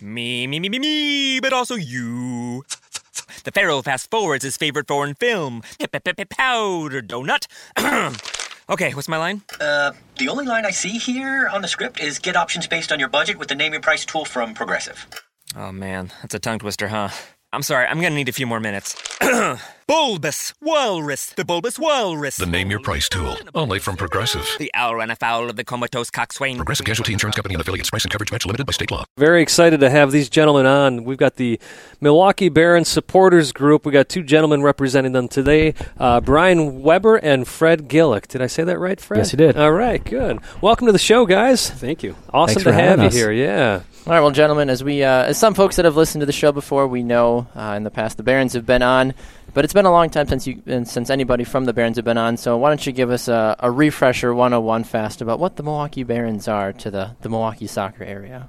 Me, me, me, me, me, but also you. The Pharaoh fast forwards his favorite foreign film, Powder Donut. okay, what's my line? Uh, the only line I see here on the script is get options based on your budget with the name your price tool from Progressive. Oh man, that's a tongue twister, huh? I'm sorry, I'm gonna need a few more minutes. bulbous Walrus, the Bulbous Walrus. The name your price tool, only from Progressive. The owl ran afoul of the comatose coxswain. Progressive Casualty Insurance Company and affiliates. Price and coverage match limited by state law. Very excited to have these gentlemen on. We've got the Milwaukee Barons supporters group. We got two gentlemen representing them today: uh, Brian Weber and Fred Gillick. Did I say that right, Fred? Yes, you did. All right, good. Welcome to the show, guys. Thank you. Awesome Thanks for to have having you us. here. Yeah. All right, well, gentlemen, as we uh, as some folks that have listened to the show before, we know uh, in the past the Barons have been on, but it's been a long time since you and since anybody from the Barons have been on. So why don't you give us a, a refresher 101 fast about what the Milwaukee Barons are to the the Milwaukee soccer area?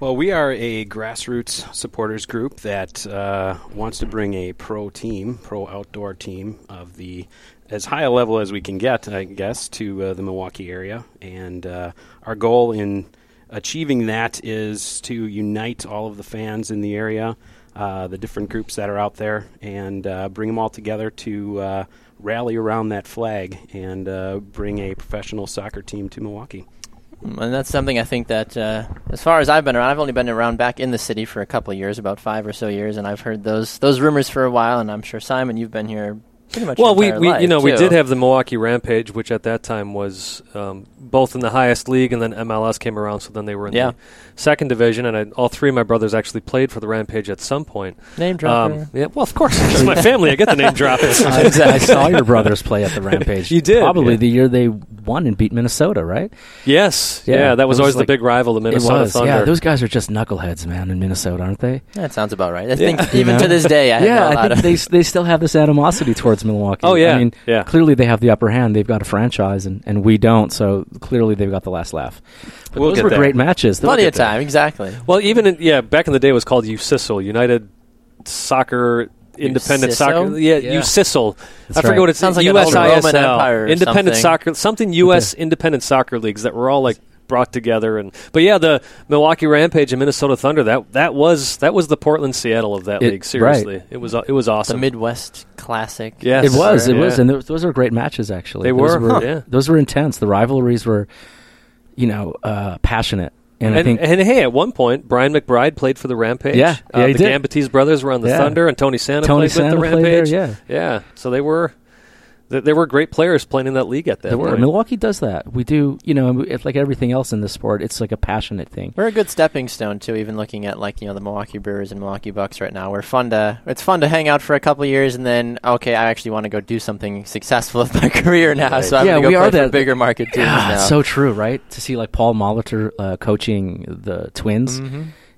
Well, we are a grassroots supporters group that uh, wants to bring a pro team, pro outdoor team of the as high a level as we can get, I guess, to uh, the Milwaukee area. And uh, our goal in achieving that is to unite all of the fans in the area, uh, the different groups that are out there, and uh, bring them all together to uh, rally around that flag and uh, bring a professional soccer team to Milwaukee. Mm, And that's something I think that, uh, as far as I've been around, I've only been around back in the city for a couple of years, about five or so years, and I've heard those those rumors for a while. And I'm sure Simon, you've been here pretty much. your Well, we, entire we life, you know we too. did have the Milwaukee Rampage, which at that time was um, both in the highest league, and then MLS came around, so then they were in Yeah. the second division. And I, all three of my brothers actually played for the Rampage at some point. Um, Name dropper. yeah, well, of course, it's my family. I get the name drop. I I was- I saw your brothers play at the Rampage. You did, Probably yeah. the year they won and beat Minnesota, right? Yes, yeah, Yeah, that was it was always like- the big rival, the Minnesota it was. Thunder. Yeah, those guys are just knuckleheads, man, in Minnesota, aren't they? That sounds about right. I Yeah. think even to this day, I have yeah, not I allowed think it. they s- they still have this animosity towards Milwaukee. Oh, yeah, I mean, yeah. clearly they have the upper hand. They've got a franchise, and, and we don't. So clearly they've got the last laugh. But We'll those get were there. great matches. They'll Plenty of get there. time, exactly. well, even in, yeah, back in the day, it was called UCISL, United Soccer. Independent UCISL? soccer, yeah, Yeah. UCISL. I That's forget right. what it's Sounds like an old Roman USISL, empire or Independent something. Soccer, something U.S. Independent Soccer leagues that were all like brought together. And but yeah, the Milwaukee Rampage and Minnesota Thunder that that was that was the Portland Seattle of that It- league. right. Seriously, it was it was The awesome. Midwest Classic. Yes. It was, it was, Yeah. and those, those were great matches. Actually, They Those were, huh. yeah. Those were intense. The rivalries were, you know, uh, passionate, and, I And, think and hey, at one point, Brian McBride played for the Rampage. Yeah, Uh, yeah, he the did. Gambatese brothers were on the Yeah. Thunder, and Tony Santa Tony played Santa with the played there, Rampage. yeah. yeah. So they were, th- they were great players playing in that league at that. There were. point. Milwaukee does that. We do, you know, and we- it's like everything else in the sport, it's like a passionate thing. We're a good stepping stone too. Even looking at like you know the Milwaukee Brewers and Milwaukee Bucks right now, we're fun to it's fun to hang out for a couple of years and then okay, I actually want to go do something successful with my career now, so I'm Yeah, gonna go we play are for that- bigger market teams Ah, now. it's so true, right? To see like Paul Molitor uh, coaching the Twins,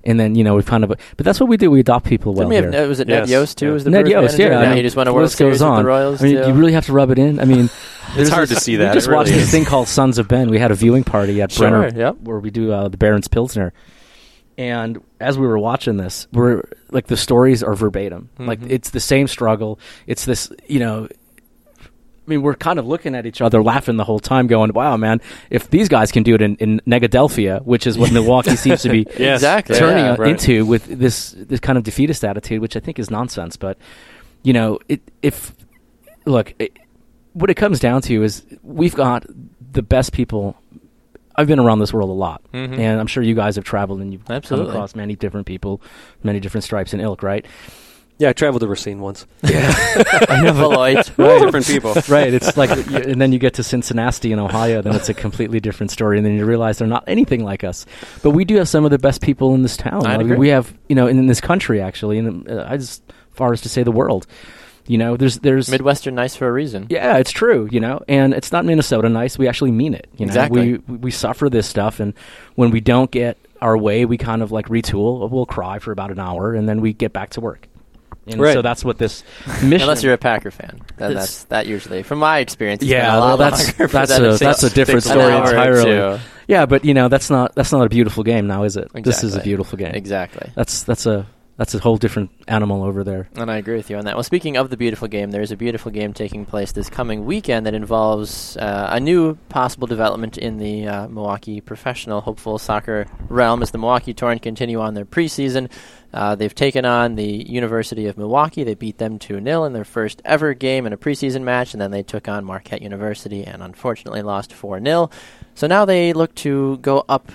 and then you know we kind of, but that's what we do. We adopt people well Mm-hmm. Didn't we have, here. Ned- was it Ned Yes. Yost too? Yeah. Was the Ned Brewers Yost, manager? yeah. Now I mean, he just won a the World list goes Series with on. the Royals. I mean, too. you really have to rub it in. I mean, It's there's hard this- to see we that. just It really watched this is. thing called Sons of Ben. We had a viewing party at Sure, Brenner, yep. where we do uh, the Barons Pilsner. And as we were watching this, we're like the stories are verbatim. Like Mm-hmm. it's the same struggle. It's this, you know. I mean, we're kind of looking at each other, laughing the whole time, going, "Wow, man! If these guys can do it in, in Negadelphia, which is what Milwaukee seems to be Yes. exactly. turning yeah. it into with this this kind of defeatist attitude, which I think is nonsense. But you know, it, if look, it, what it comes down to is we've got the best people. I've been around this world a lot, and I'm sure you guys have traveled and you've Mm-hmm. Absolutely. come across many different people, many different stripes and ilk, right? Yeah, I traveled to Racine once. Beloit. different people. right. It's like, you- and then you get to Cincinnati in Ohio, then it's a completely different story, and then you realize they're not anything like us. But we do have some of the best people in this town. I'd Like, agree. We have, you know, in, in this country actually, and uh, as far as to say the world, you know, there's there's Midwestern nice for a reason. yeah, it's true, you know, and it's not Minnesota nice. We actually mean it. You know, Exactly. we we suffer this stuff, and when we don't get our way, we kind of like retool. We'll cry for about an hour, and then we get back to work. And Right. so that's what this mission. Unless you're a Packer fan, then It's- that's that usually, from my experience. it's yeah, been a lot well, that's longer for that's that to a that's a take different an story hour or entirely. two. Yeah, but you know that's not that's not a beautiful game now, is it? This is a Exactly. beautiful game. Exactly. That's that's a that's a whole different animal over there. And I agree with you on that. Well, speaking of the beautiful game, there is a beautiful game taking place this coming weekend that involves uh, a new possible development in the uh, Milwaukee professional hopeful soccer realm as the Milwaukee Torrent continue on their preseason. Uh, they've taken on the University of Milwaukee. They beat them 2 0 in their first ever game in a preseason match, and then they took on Marquette University and unfortunately lost 4 0. So now they look to go up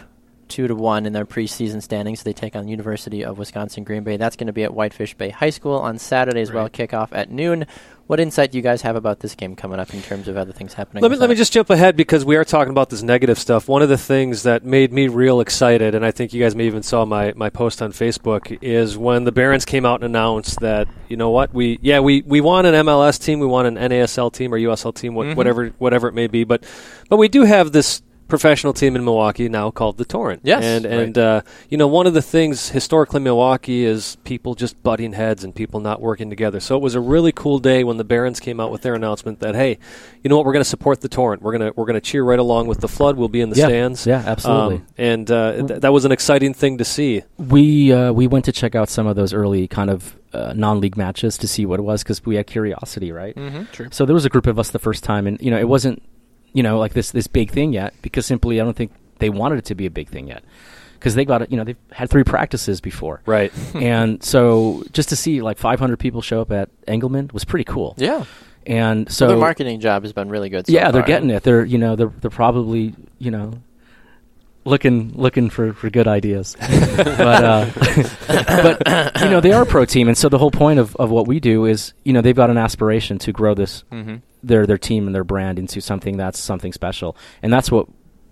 two to one in their preseason standings. They take on the University of Wisconsin Green Bay. That's going to be at Whitefish Bay High School on Saturday as well. Kickoff at noon. What insight do you guys have about this game coming up in terms of other things happening? Let me with let me that? just jump ahead because we are talking about this negative stuff. One of the things that made me real excited, and I think you guys may even saw my, my post on Facebook, is when the Barons came out and announced that you know what we yeah we, we want an MLS team, we want an NASL team or USL team, what, whatever whatever it may be, but but we do have this professional team in Milwaukee now called the Torrent. Yes, and and uh, you know one of the things historically in Milwaukee is people just butting heads and people not working together. So it was a really cool day when the Barons came out with their announcement that hey, you know what, we're going to support the Torrent. We're gonna we're gonna cheer right along with the flood. We'll be in the Yeah. stands. Yeah, absolutely. Um, and uh, th- that was an exciting thing to see. We uh, we went to check out some of those early kind of uh, non-league matches to see what it was because we had curiosity, right? Mm-hmm. True. So there was a group of us the first time, and you know it wasn't you know like this this big thing yet because simply I don't think they wanted it to be a big thing yet because they got it. You know they've had three practices before, Right. and so just to see like 500 people show up at Engelman was pretty cool. yeah. And so So their marketing job has been really good. So yeah, they're far. getting it. They're you know they're they're probably you know looking looking for, for good ideas. but uh, but you know they are a pro team, and so the whole point of, of what we do is you know they've got an aspiration to grow this their their team and their brand into something that's something special, and that's what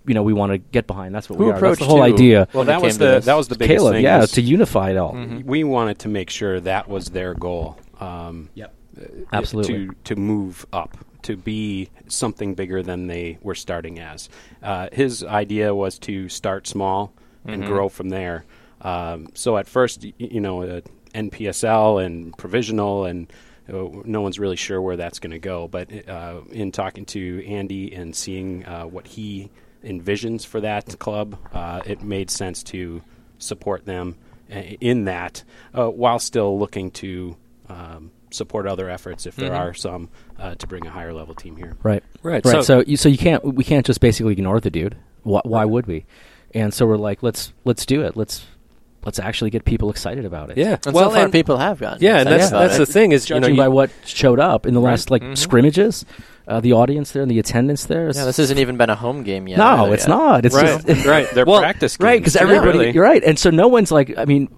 you know we want to get behind. That's what Who we are. That's approached the whole you? idea. Well, When it that was came to the this. that was the biggest Caleb, thing. yeah, is Mm. to unify it all. we wanted to make sure that was their goal. Um, Yep. is Absolutely. To to move up, to be something bigger than they were starting as. Uh, his idea was to start small and grow from there. Um, so at first, y- you know, uh, NPSL and provisional and. uh, No one's really sure where that's going to go, but uh, in talking to Andy and seeing uh, what he envisions for that club, uh, it made sense to support them uh, in that, uh, while still looking to um, support other efforts if there are some uh, to bring a higher level team here. Right. Right, Right. So, so- you, so you can't we can't just basically ignore the dude. Why, why would we? And so we're like, let's let's do it. Let's let's actually get people excited about it. Yeah. And well, so far and- people have gotten. yeah, and excited that's about that's it. the thing is you know Judging you- by what showed up in the last like scrimmages, uh, the audience there and the attendance there. is- Yeah, this hasn't even been a home game yet. no, either it's yet. not. It's Right, just, right. They're well, practice games. right? Because Yeah, everybody, really. you're right. And so no one's like, I mean,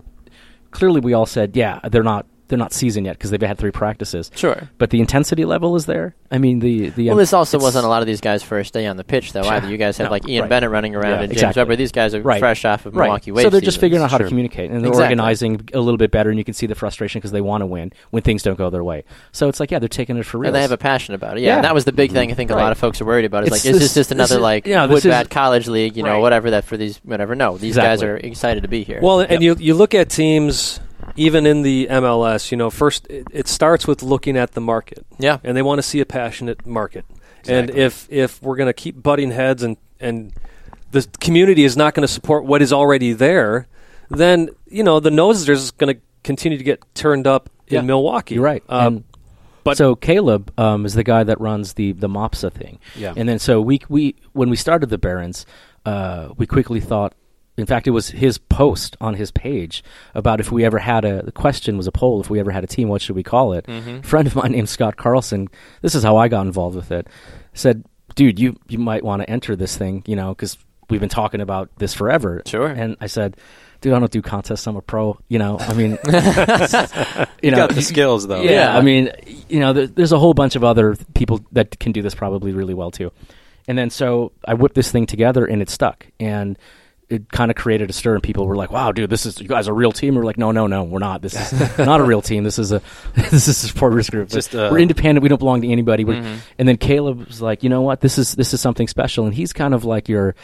clearly we all said, yeah, they're not they're not seasoned yet because they've had three practices. Sure. But the intensity level is there. I mean, the the Well, this also it's- wasn't a lot of these guys' first day on the pitch, though. Sure. Either you guys have No, like Ian right. Bennett running around Yeah, and James exactly. Webber. These guys are Right. fresh off of Right. Milwaukee So Wave they're just seasons. figuring out how to Sure. communicate and they're Exactly. organizing a little bit better, and you can see the frustration because they want to win when things don't go their way. So it's like, yeah, they're taking it for real. And they have a passion about it. Yeah, Yeah. and that was the big thing I think a Right. lot of folks are worried about. Is It's like, is this this- just another this is- like yeah, wood this is- bat college league? You know, Right. whatever that for these whatever. No, these guys Exactly. are excited to be here. Well, and you you look at teams even in the MLS. You know, first it, it starts with looking at the market. Yeah. and they want to see a passionate market. And if if we're going to keep butting heads and and the community is not going to support what is already there, then you know the noses are just going to continue to get turned up Yeah. in Milwaukee. You're right. Um, And so Caleb um, is the guy that runs the the MOPSA thing. Yeah. And then so we we when we started the Barons, uh, we quickly thought. In fact, it was his post on his page about if we ever had a the question was a poll if we ever had a team, what should we call it? A friend of mine named Scott Carlson. This is how I got involved with it. Said, dude, you you might want to enter this thing, you know, because we've been talking about this forever. Sure. And I said, dude, I don't do contests. I'm a pro. You know, I mean, you know, Got the skills though. yeah, Yeah. I mean, you know, there, there's a whole bunch of other people that can do this probably really well too. And then so I whipped this thing together and it stuck and it kind of created a stir and people were like, "Wow, dude, this is you guys are a real team." We're like, "No, no, no, we're not. This is not a real team. This is a this is a supporters group. Just, uh, Mm-hmm. we're independent. We don't belong to anybody." We're, And then Caleb was like, "You know what? This is this is something special." And he's kind of like your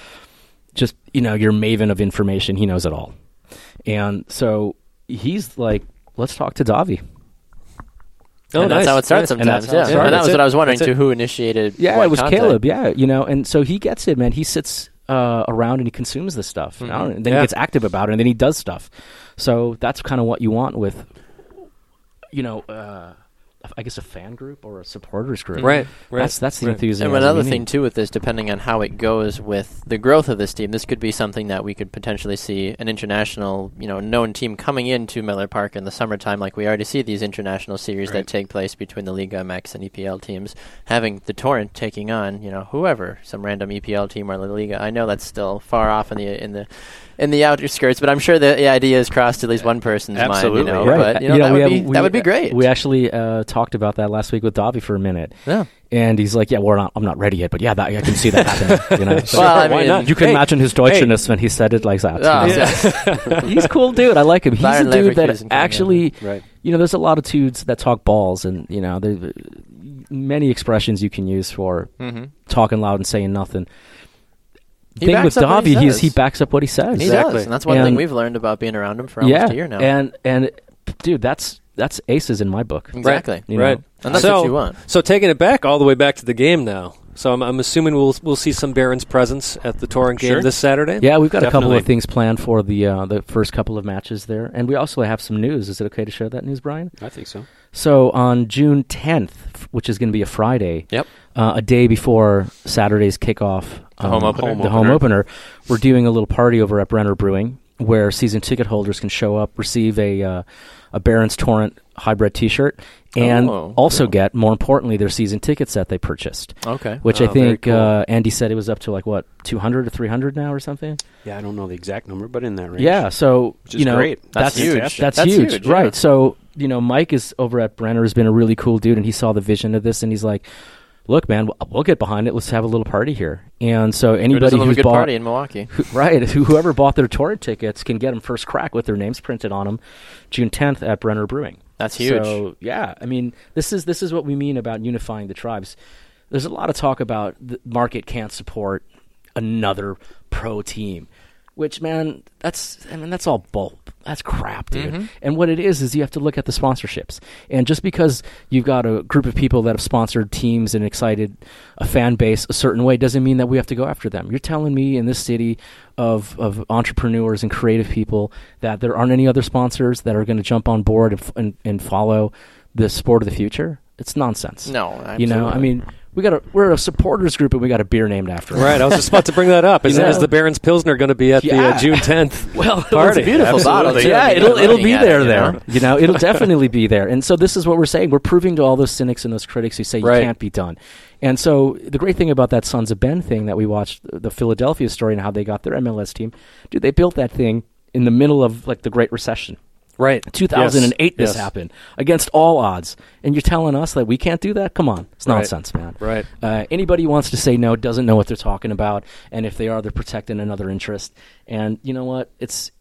just you know, your maven of information. He knows it all. And so he's like, let's talk to Davi. Oh, and nice. that's how it starts Nice. And sometimes. that's how it Yeah, started. and that That's was it. what I was wondering That's it. too. Who initiated? Yeah, what it was contact. Caleb. Yeah, you know, and so he gets it, man. He sits uh, around and he consumes this stuff. Mm-hmm. you know, and then Yeah. he gets active about it, and then he does stuff. So that's kind of what you want with, you know, uh, I guess a fan group or a supporters group. Right, right, That's that's the right. enthusiasm. And another you thing need. too with this, depending on how it goes with the growth of this team, this could be something that we could potentially see an international, you know, known team coming into Miller Park in the summertime, like we already see these international series that take place between the Liga MX and EPL teams, having the Torrent taking on, you know, whoever, some random EPL team or La Liga. I know that's still far off in the in the in the outskirts, but I'm sure the the idea has crossed at least one person's Absolutely, mind. You know, yeah. Right. but you know, that, Uh, we would have- be, we- that would be great. We actually uh, talked about that last week with Davi for a minute. Yeah. And he's like, "Yeah, we're not. I'm not ready yet, but yeah, that, I can see that happening." You know, So Well, I Why mean- not? you can Hey, imagine his Deutschness when he said it like that. Ah, you know? yeah. he's a cool dude. I like him. He's Bayern a Leverkusen dude coming that in. actually, Right. you know, there's a lot of dudes that talk balls, and you know, there's many expressions you can use for talking loud and saying nothing. Mm-hmm. He Thing backs with up what Davi, he he's says. he backs up what he says. He Exactly. does, and that's one thing And- we've learned about being around him for almost Yeah, a year now. and and dude, that's that's aces in my book. exactly. You right. know. And that's so, what you want. So taking it back all the way back to the game now. So I'm, I'm assuming we'll we'll see some Barons presence at the Torrent game Sure. this Saturday. Yeah, we've got a couple Definitely. of things planned for the uh, the first couple of matches there, and we also have some news. Is it okay to share that news, Brian? I think so. So on June 10th, f- which is going to be a Friday, Yep. uh, a day before Saturday's kickoff, um, home opener. the home opener, we're doing a little party over at Brenner Brewing where season ticket holders can show up, receive a uh, a Barron's Torrent hybrid T-shirt, and Oh, also get more importantly their season tickets that they purchased. Okay. Which Oh, I very think cool. uh, Andy said it was up to like what 200 or 300 now or something. Yeah, I don't know the exact number, but in that range. Yeah, so Which is you know great. that's, That's huge. fantastic. That's, That's huge, huge, yeah. right? So you know, Mike is over at Brenner has been a really cool dude, and he saw the vision of this, and he's like, "Look, man, we'll, we'll get behind it. Let's have a little party here." And It so was anybody a little who's good bought party in Milwaukee. who- right, who- whoever bought their tour tickets can get them first crack with their names printed on them, June 10th at Brenner Brewing. That's huge. So yeah, I mean, this is this is what we mean about unifying the tribes. There's a lot of talk about the market can't support another pro team, which man, that's I mean that's all bull. That's crap, dude. Mm-hmm. And what it is is you have to look at the sponsorships. And just because you've got a group of people that have sponsored teams and excited a fan base a certain way doesn't mean that we have to go after them. You're telling me in this city of of entrepreneurs and creative people that there aren't any other sponsors that are going to jump on board and, f- and and follow the sport of the future? It's nonsense. No, you know, I absolutely. mean, we got a we're a supporters group and we got a beer named after. us. Right. I was just about to bring that up. Is, You know? is the Barons Pilsner going to be at the uh, Yeah. June 10th? Well, Party. beautiful bottle, too. I Yeah, mean, it'll I'm it'll looking be at there. it, you there, know? you know, it'll definitely be there. And so this is what we're saying. We're proving to all those cynics and those critics who say Right. you can't be done. And so the great thing about that Sons of Ben thing that we watched, the Philadelphia story and how they got their MLS team, dude, they built that thing in the middle of like the Great Recession. Right. 2008 Yes, this yes. happened against all odds and you're telling us that we can't do that come on it's Right. nonsense man Right. uh, anybody who wants to say no doesn't know what they're talking about and if they are they're protecting another interest and you know what it's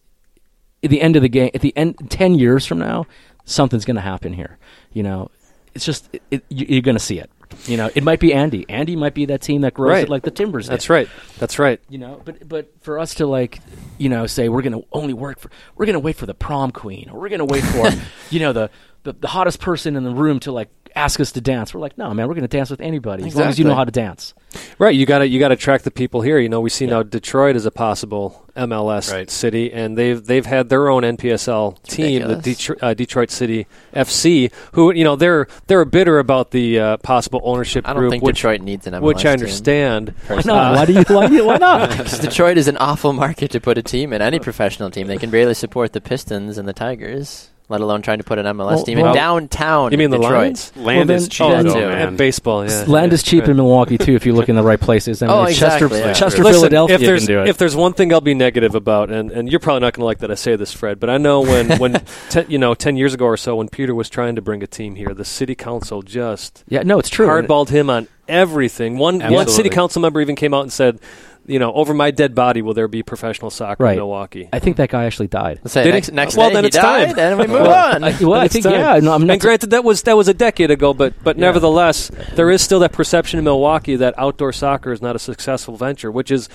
at the end of the game at the end 10 years from now something's going to happen here you know it's just it, it, you- you're going to see it you know it might be andy andy might be that team that grows Right. it like the timbers did That's right. That's right. you know but but for us to like you know say we're gonna only work for we're gonna wait for the prom queen or we're gonna wait for you know the, the the hottest person in the room to like ask us to dance we're like no man we're gonna dance with anybody as long as you know Exactly. how to dance Right, you got to you got to track the people here. You know, we see now Detroit is a possible MLS Right. city, and they've they've had their own NPSL team, the ridiculous. Detro- uh, Detroit City FC, who you know they're they're bitter about the uh, possible ownership I don't group, think which, Detroit needs an MLS which I team. understand. why not why do you why, do you- why not 'Cause Detroit is an awful market to put a team in. Any professional team, they can barely support the Pistons and the Tigers, let alone trying to put an MLS Well, team well- in downtown. You mean the Detroit. Lions? Land Well, is then- cheap, Oh, though, too. At man. baseball, yeah. land is cheap in milwaukee too if you look in the right places i mean Oh, chester exactly, yeah. chester Listen, philadelphia if there's can do it if there's one thing I'll be negative about, and, and you're probably not going to like that I say this, Fred, but I know when when ten, you know ten years ago or so when Peter was trying to bring a team here, the city council just yeah no it's true hardballed him on everything. One one Absolutely. city council member even came out and said, you know, over my dead body will there be professional soccer Right. in Milwaukee. i think that guy actually died Let's say Did next, he? next Well, day then he it's died, time. and we move Well, on. I- well, I It's think time. yeah. No, I'm not. and granted, that was that was a decade ago, but but nevertheless, there is still that perception in Milwaukee that outdoor soccer is not a successful venture, which is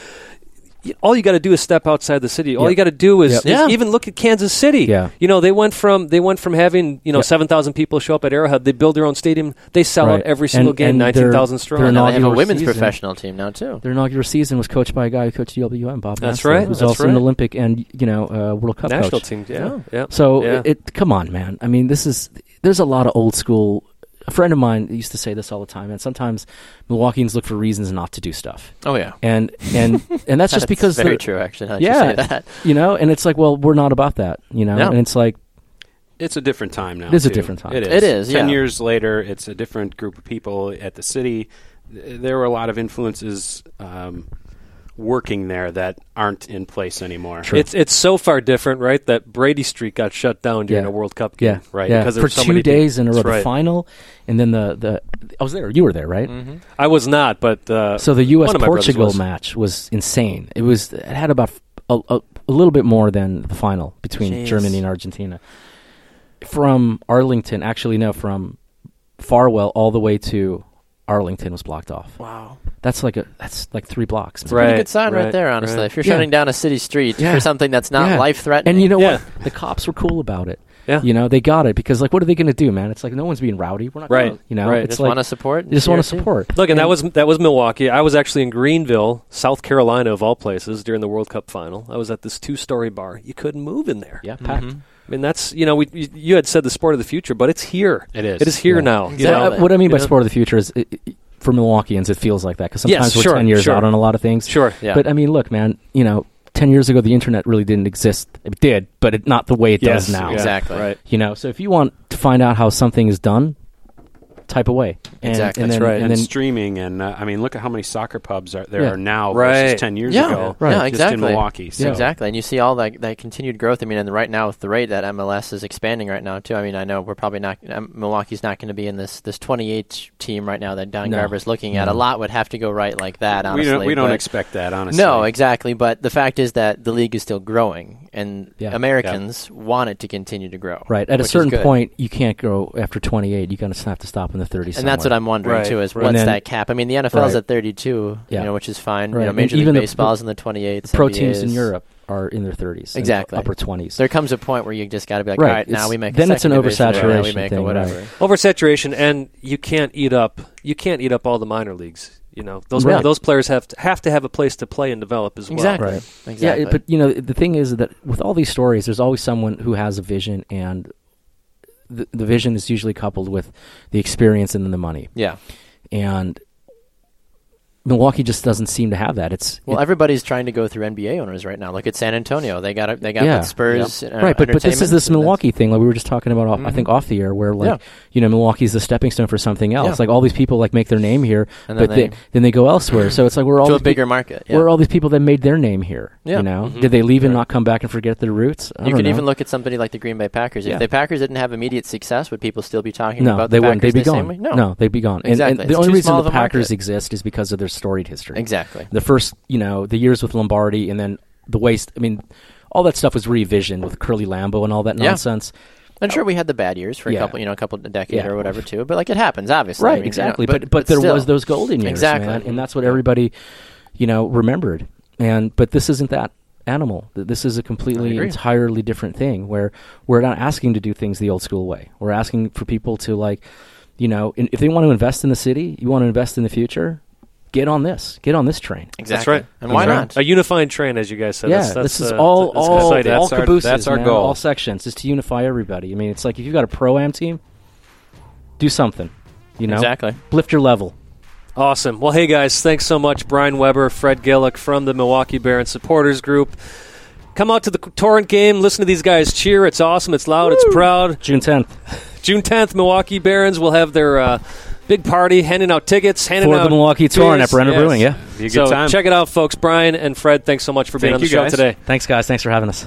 y- all you got to do is step outside the city. All Yep. you got to do is, Yep. is Yeah. even look at Kansas City. Yeah. You know, they went from they went from having, you know, Yep. 7,000 people show up at Arrowhead, they build their own stadium, they sell out Right. every single And- game and they're- 19,000 strong. they're Now they have a inaugural women's season. professional team now too. Their inaugural season was coached by a guy who coached UWM, Bob. That's Maslow, right, Who's that's also an right. Olympic and you know uh, World Cup national coach. teams, yeah. yeah. So Yeah. it, it come on, man. I mean, this is there's a lot of old school. A friend of mine used to say this all the time, and sometimes Milwaukeeans look for reasons not to do stuff, Oh yeah, and and and that's just because very they're- true actually. now that you Yeah, say that. you know, and it's like, well, we're not about that, you know, No. and it's like, It's a different time now. It is a too. different time. It is. It is, Ten yeah. years later, it's a different group of people at the city. Th- There were a lot of influences um, working there that aren't in place anymore. It's it's so far different, right? That Brady Street got shut down during Yeah. a World Cup game, yeah, right? yeah. Because there for were so two many days people. in a row, That's the right. final, and then the the I was there, you were there, right? I was not, but uh, So the Mm-hmm. one U.S. of my brothers Portugal was. match was insane. It was it had about a, a, a little bit more than the final between Jeez. Germany and Argentina. From Arlington, actually no, from Farwell all the way to Arlington was blocked off. Wow. That's like a that's like three blocks. man. Right. Pretty good sign right, right, there, honestly. right. If you're Yeah. shutting down a city street Yeah. for something that's not Yeah. life threatening, And you know Yeah. what? The cops were cool about it. Yeah. You know, they got it because like what are they going to do, man? It's like no one's being rowdy. We're not Right. Gonna, you know, Right. it's just like want to support. they just want to CRT. support. Look, and that was that was Milwaukee. I was actually in Greenville, South Carolina, of all places, during the World Cup final. I was at this two-story bar. You couldn't move in there. yeah, packed. I mean, that's you know, we you you had said the sport of the future, but it's here. It is. It is here Yeah. now. you So, know? uh, what I mean by You know? sport of the future is, it, it- for Milwaukeeans, it feels like that because Yes, sometimes sure, we're ten years sure. out on a lot of things. Sure. Yeah. But I mean, look, man, you know, ten years ago the internet really didn't exist. It did, but it, not the way it Yes, does now. yeah, Exactly. Right. You know, so if you want to find out how something is done, type away. And, Exactly. And That's then, right. And, and then streaming, and uh, I mean, look at how many soccer pubs are there Yeah. are now Right. versus ten years Yeah. ago. Right. Yeah, Just in exactly. Milwaukee. So. Exactly. And you see all that, that continued growth. I mean, and right now with the rate that MLS is expanding right now, too, I mean, I know we're probably not, um, Milwaukee's not going to be in this, this 28 team right now that Don No. Garber's looking at. A No. lot would have to go right like that, honestly. we don't, we don't but- expect that, honestly. No, exactly. But the fact is that the league is still growing, and Yeah. Americans want it to continue to grow. right at a which is certain good. point, you can't go after twenty eight. You kind of have to stop in the thirties. And that's what I'm wondering Right, too: is right. what's And then- that cap? I mean, the NFL's Right. at 32, Yeah. you know, which is fine. Right. You know, And Major League even the- Baseball's in the 28. Pro teams in Europe are in their thirties, Exactly. upper twenties. There comes a point where you just got to be like, Right. all right, now It's- we make a then it's an second division, or now we oversaturation make a thing, whatever. right. Oversaturation, and you can't eat up. You can't eat up all the minor leagues. You know, those Right. those players have to, have to have a place to play and develop as well. Exactly. Right. Exactly. Yeah, it- but you know the thing is that with all these stories, there's always someone who has a vision, and the, the vision is usually coupled with the experience and then the money. yeah. And Milwaukee just doesn't seem to have that. It's Well, it- everybody's trying to go through NBA owners right now. Look at San Antonio; they got a, they got Yeah. the Spurs, uh, right, but but this is entertainment, this and that's- Mm-hmm. Milwaukee thing. Like we were just talking about, off, I think off the air, where like Yeah. you know Milwaukee's the stepping stone for something else. Yeah. Like all these people like make their name here, And then but they- they, then they go elsewhere. so it's like we're all to a these peop- bigger market. Yeah. Where are all these people that made their name here? Yeah. Mm-hmm. You know, did they leave and not come back and forget their roots? I You don't could know. even look at somebody like the Green Bay Packers. If Yeah. the Packers didn't have immediate success, would people still be talking No, about they the wouldn't. Packers They'd be the same gone. way? No. they'd be gone. And- Exactly. And, the It's only too reason small the of a market. Packers exist is because of their storied history. Exactly. The first, you know, the years with Lombardi, and then the waste. I mean, all that stuff was revisioned with Curly Lambo and all that Yeah. nonsense. I'm sure we had the bad years for a Yeah. couple, you know, a couple of decades Yeah. or whatever too. But like it happens, obviously. I Right. mean, you know, exactly. but, but there still. was those golden years, Exactly. man, and that's what everybody, you know, remembered. And but this isn't that animal. Th- This is a completely agree. entirely different thing where we're not asking to do things the old school way. We're asking for people to like, you know, in, if they want to invest in the city, you want to invest in the future, get on this. Get on this train. That's exactly. right. And why That's not? right. A unified train, as you guys said. yeah, that's, that's, this is uh, all that's all exciting. all That's our- cabooses, that's our man, goal. all sections, is to unify everybody. I mean, it's like if you've got a pro am team, do something, you know, Exactly. lift your level. Awesome. Well, hey guys, thanks so much, Brian Weber, Fred Gillick from the Milwaukee Barons Supporters Group. Come out to the Torrent game. Listen to these guys cheer. It's awesome. It's loud. It's proud. June tenth. June 10th, Milwaukee Barons will have their uh, big party, handing out tickets, handing For the out Milwaukee Torrent beers. at Brenner Brewing, yeah. Be a good so time. check it out, folks. Brian and Fred, thanks so much for being on Thank the you show guys. today. Thanks, guys. Thanks for having us.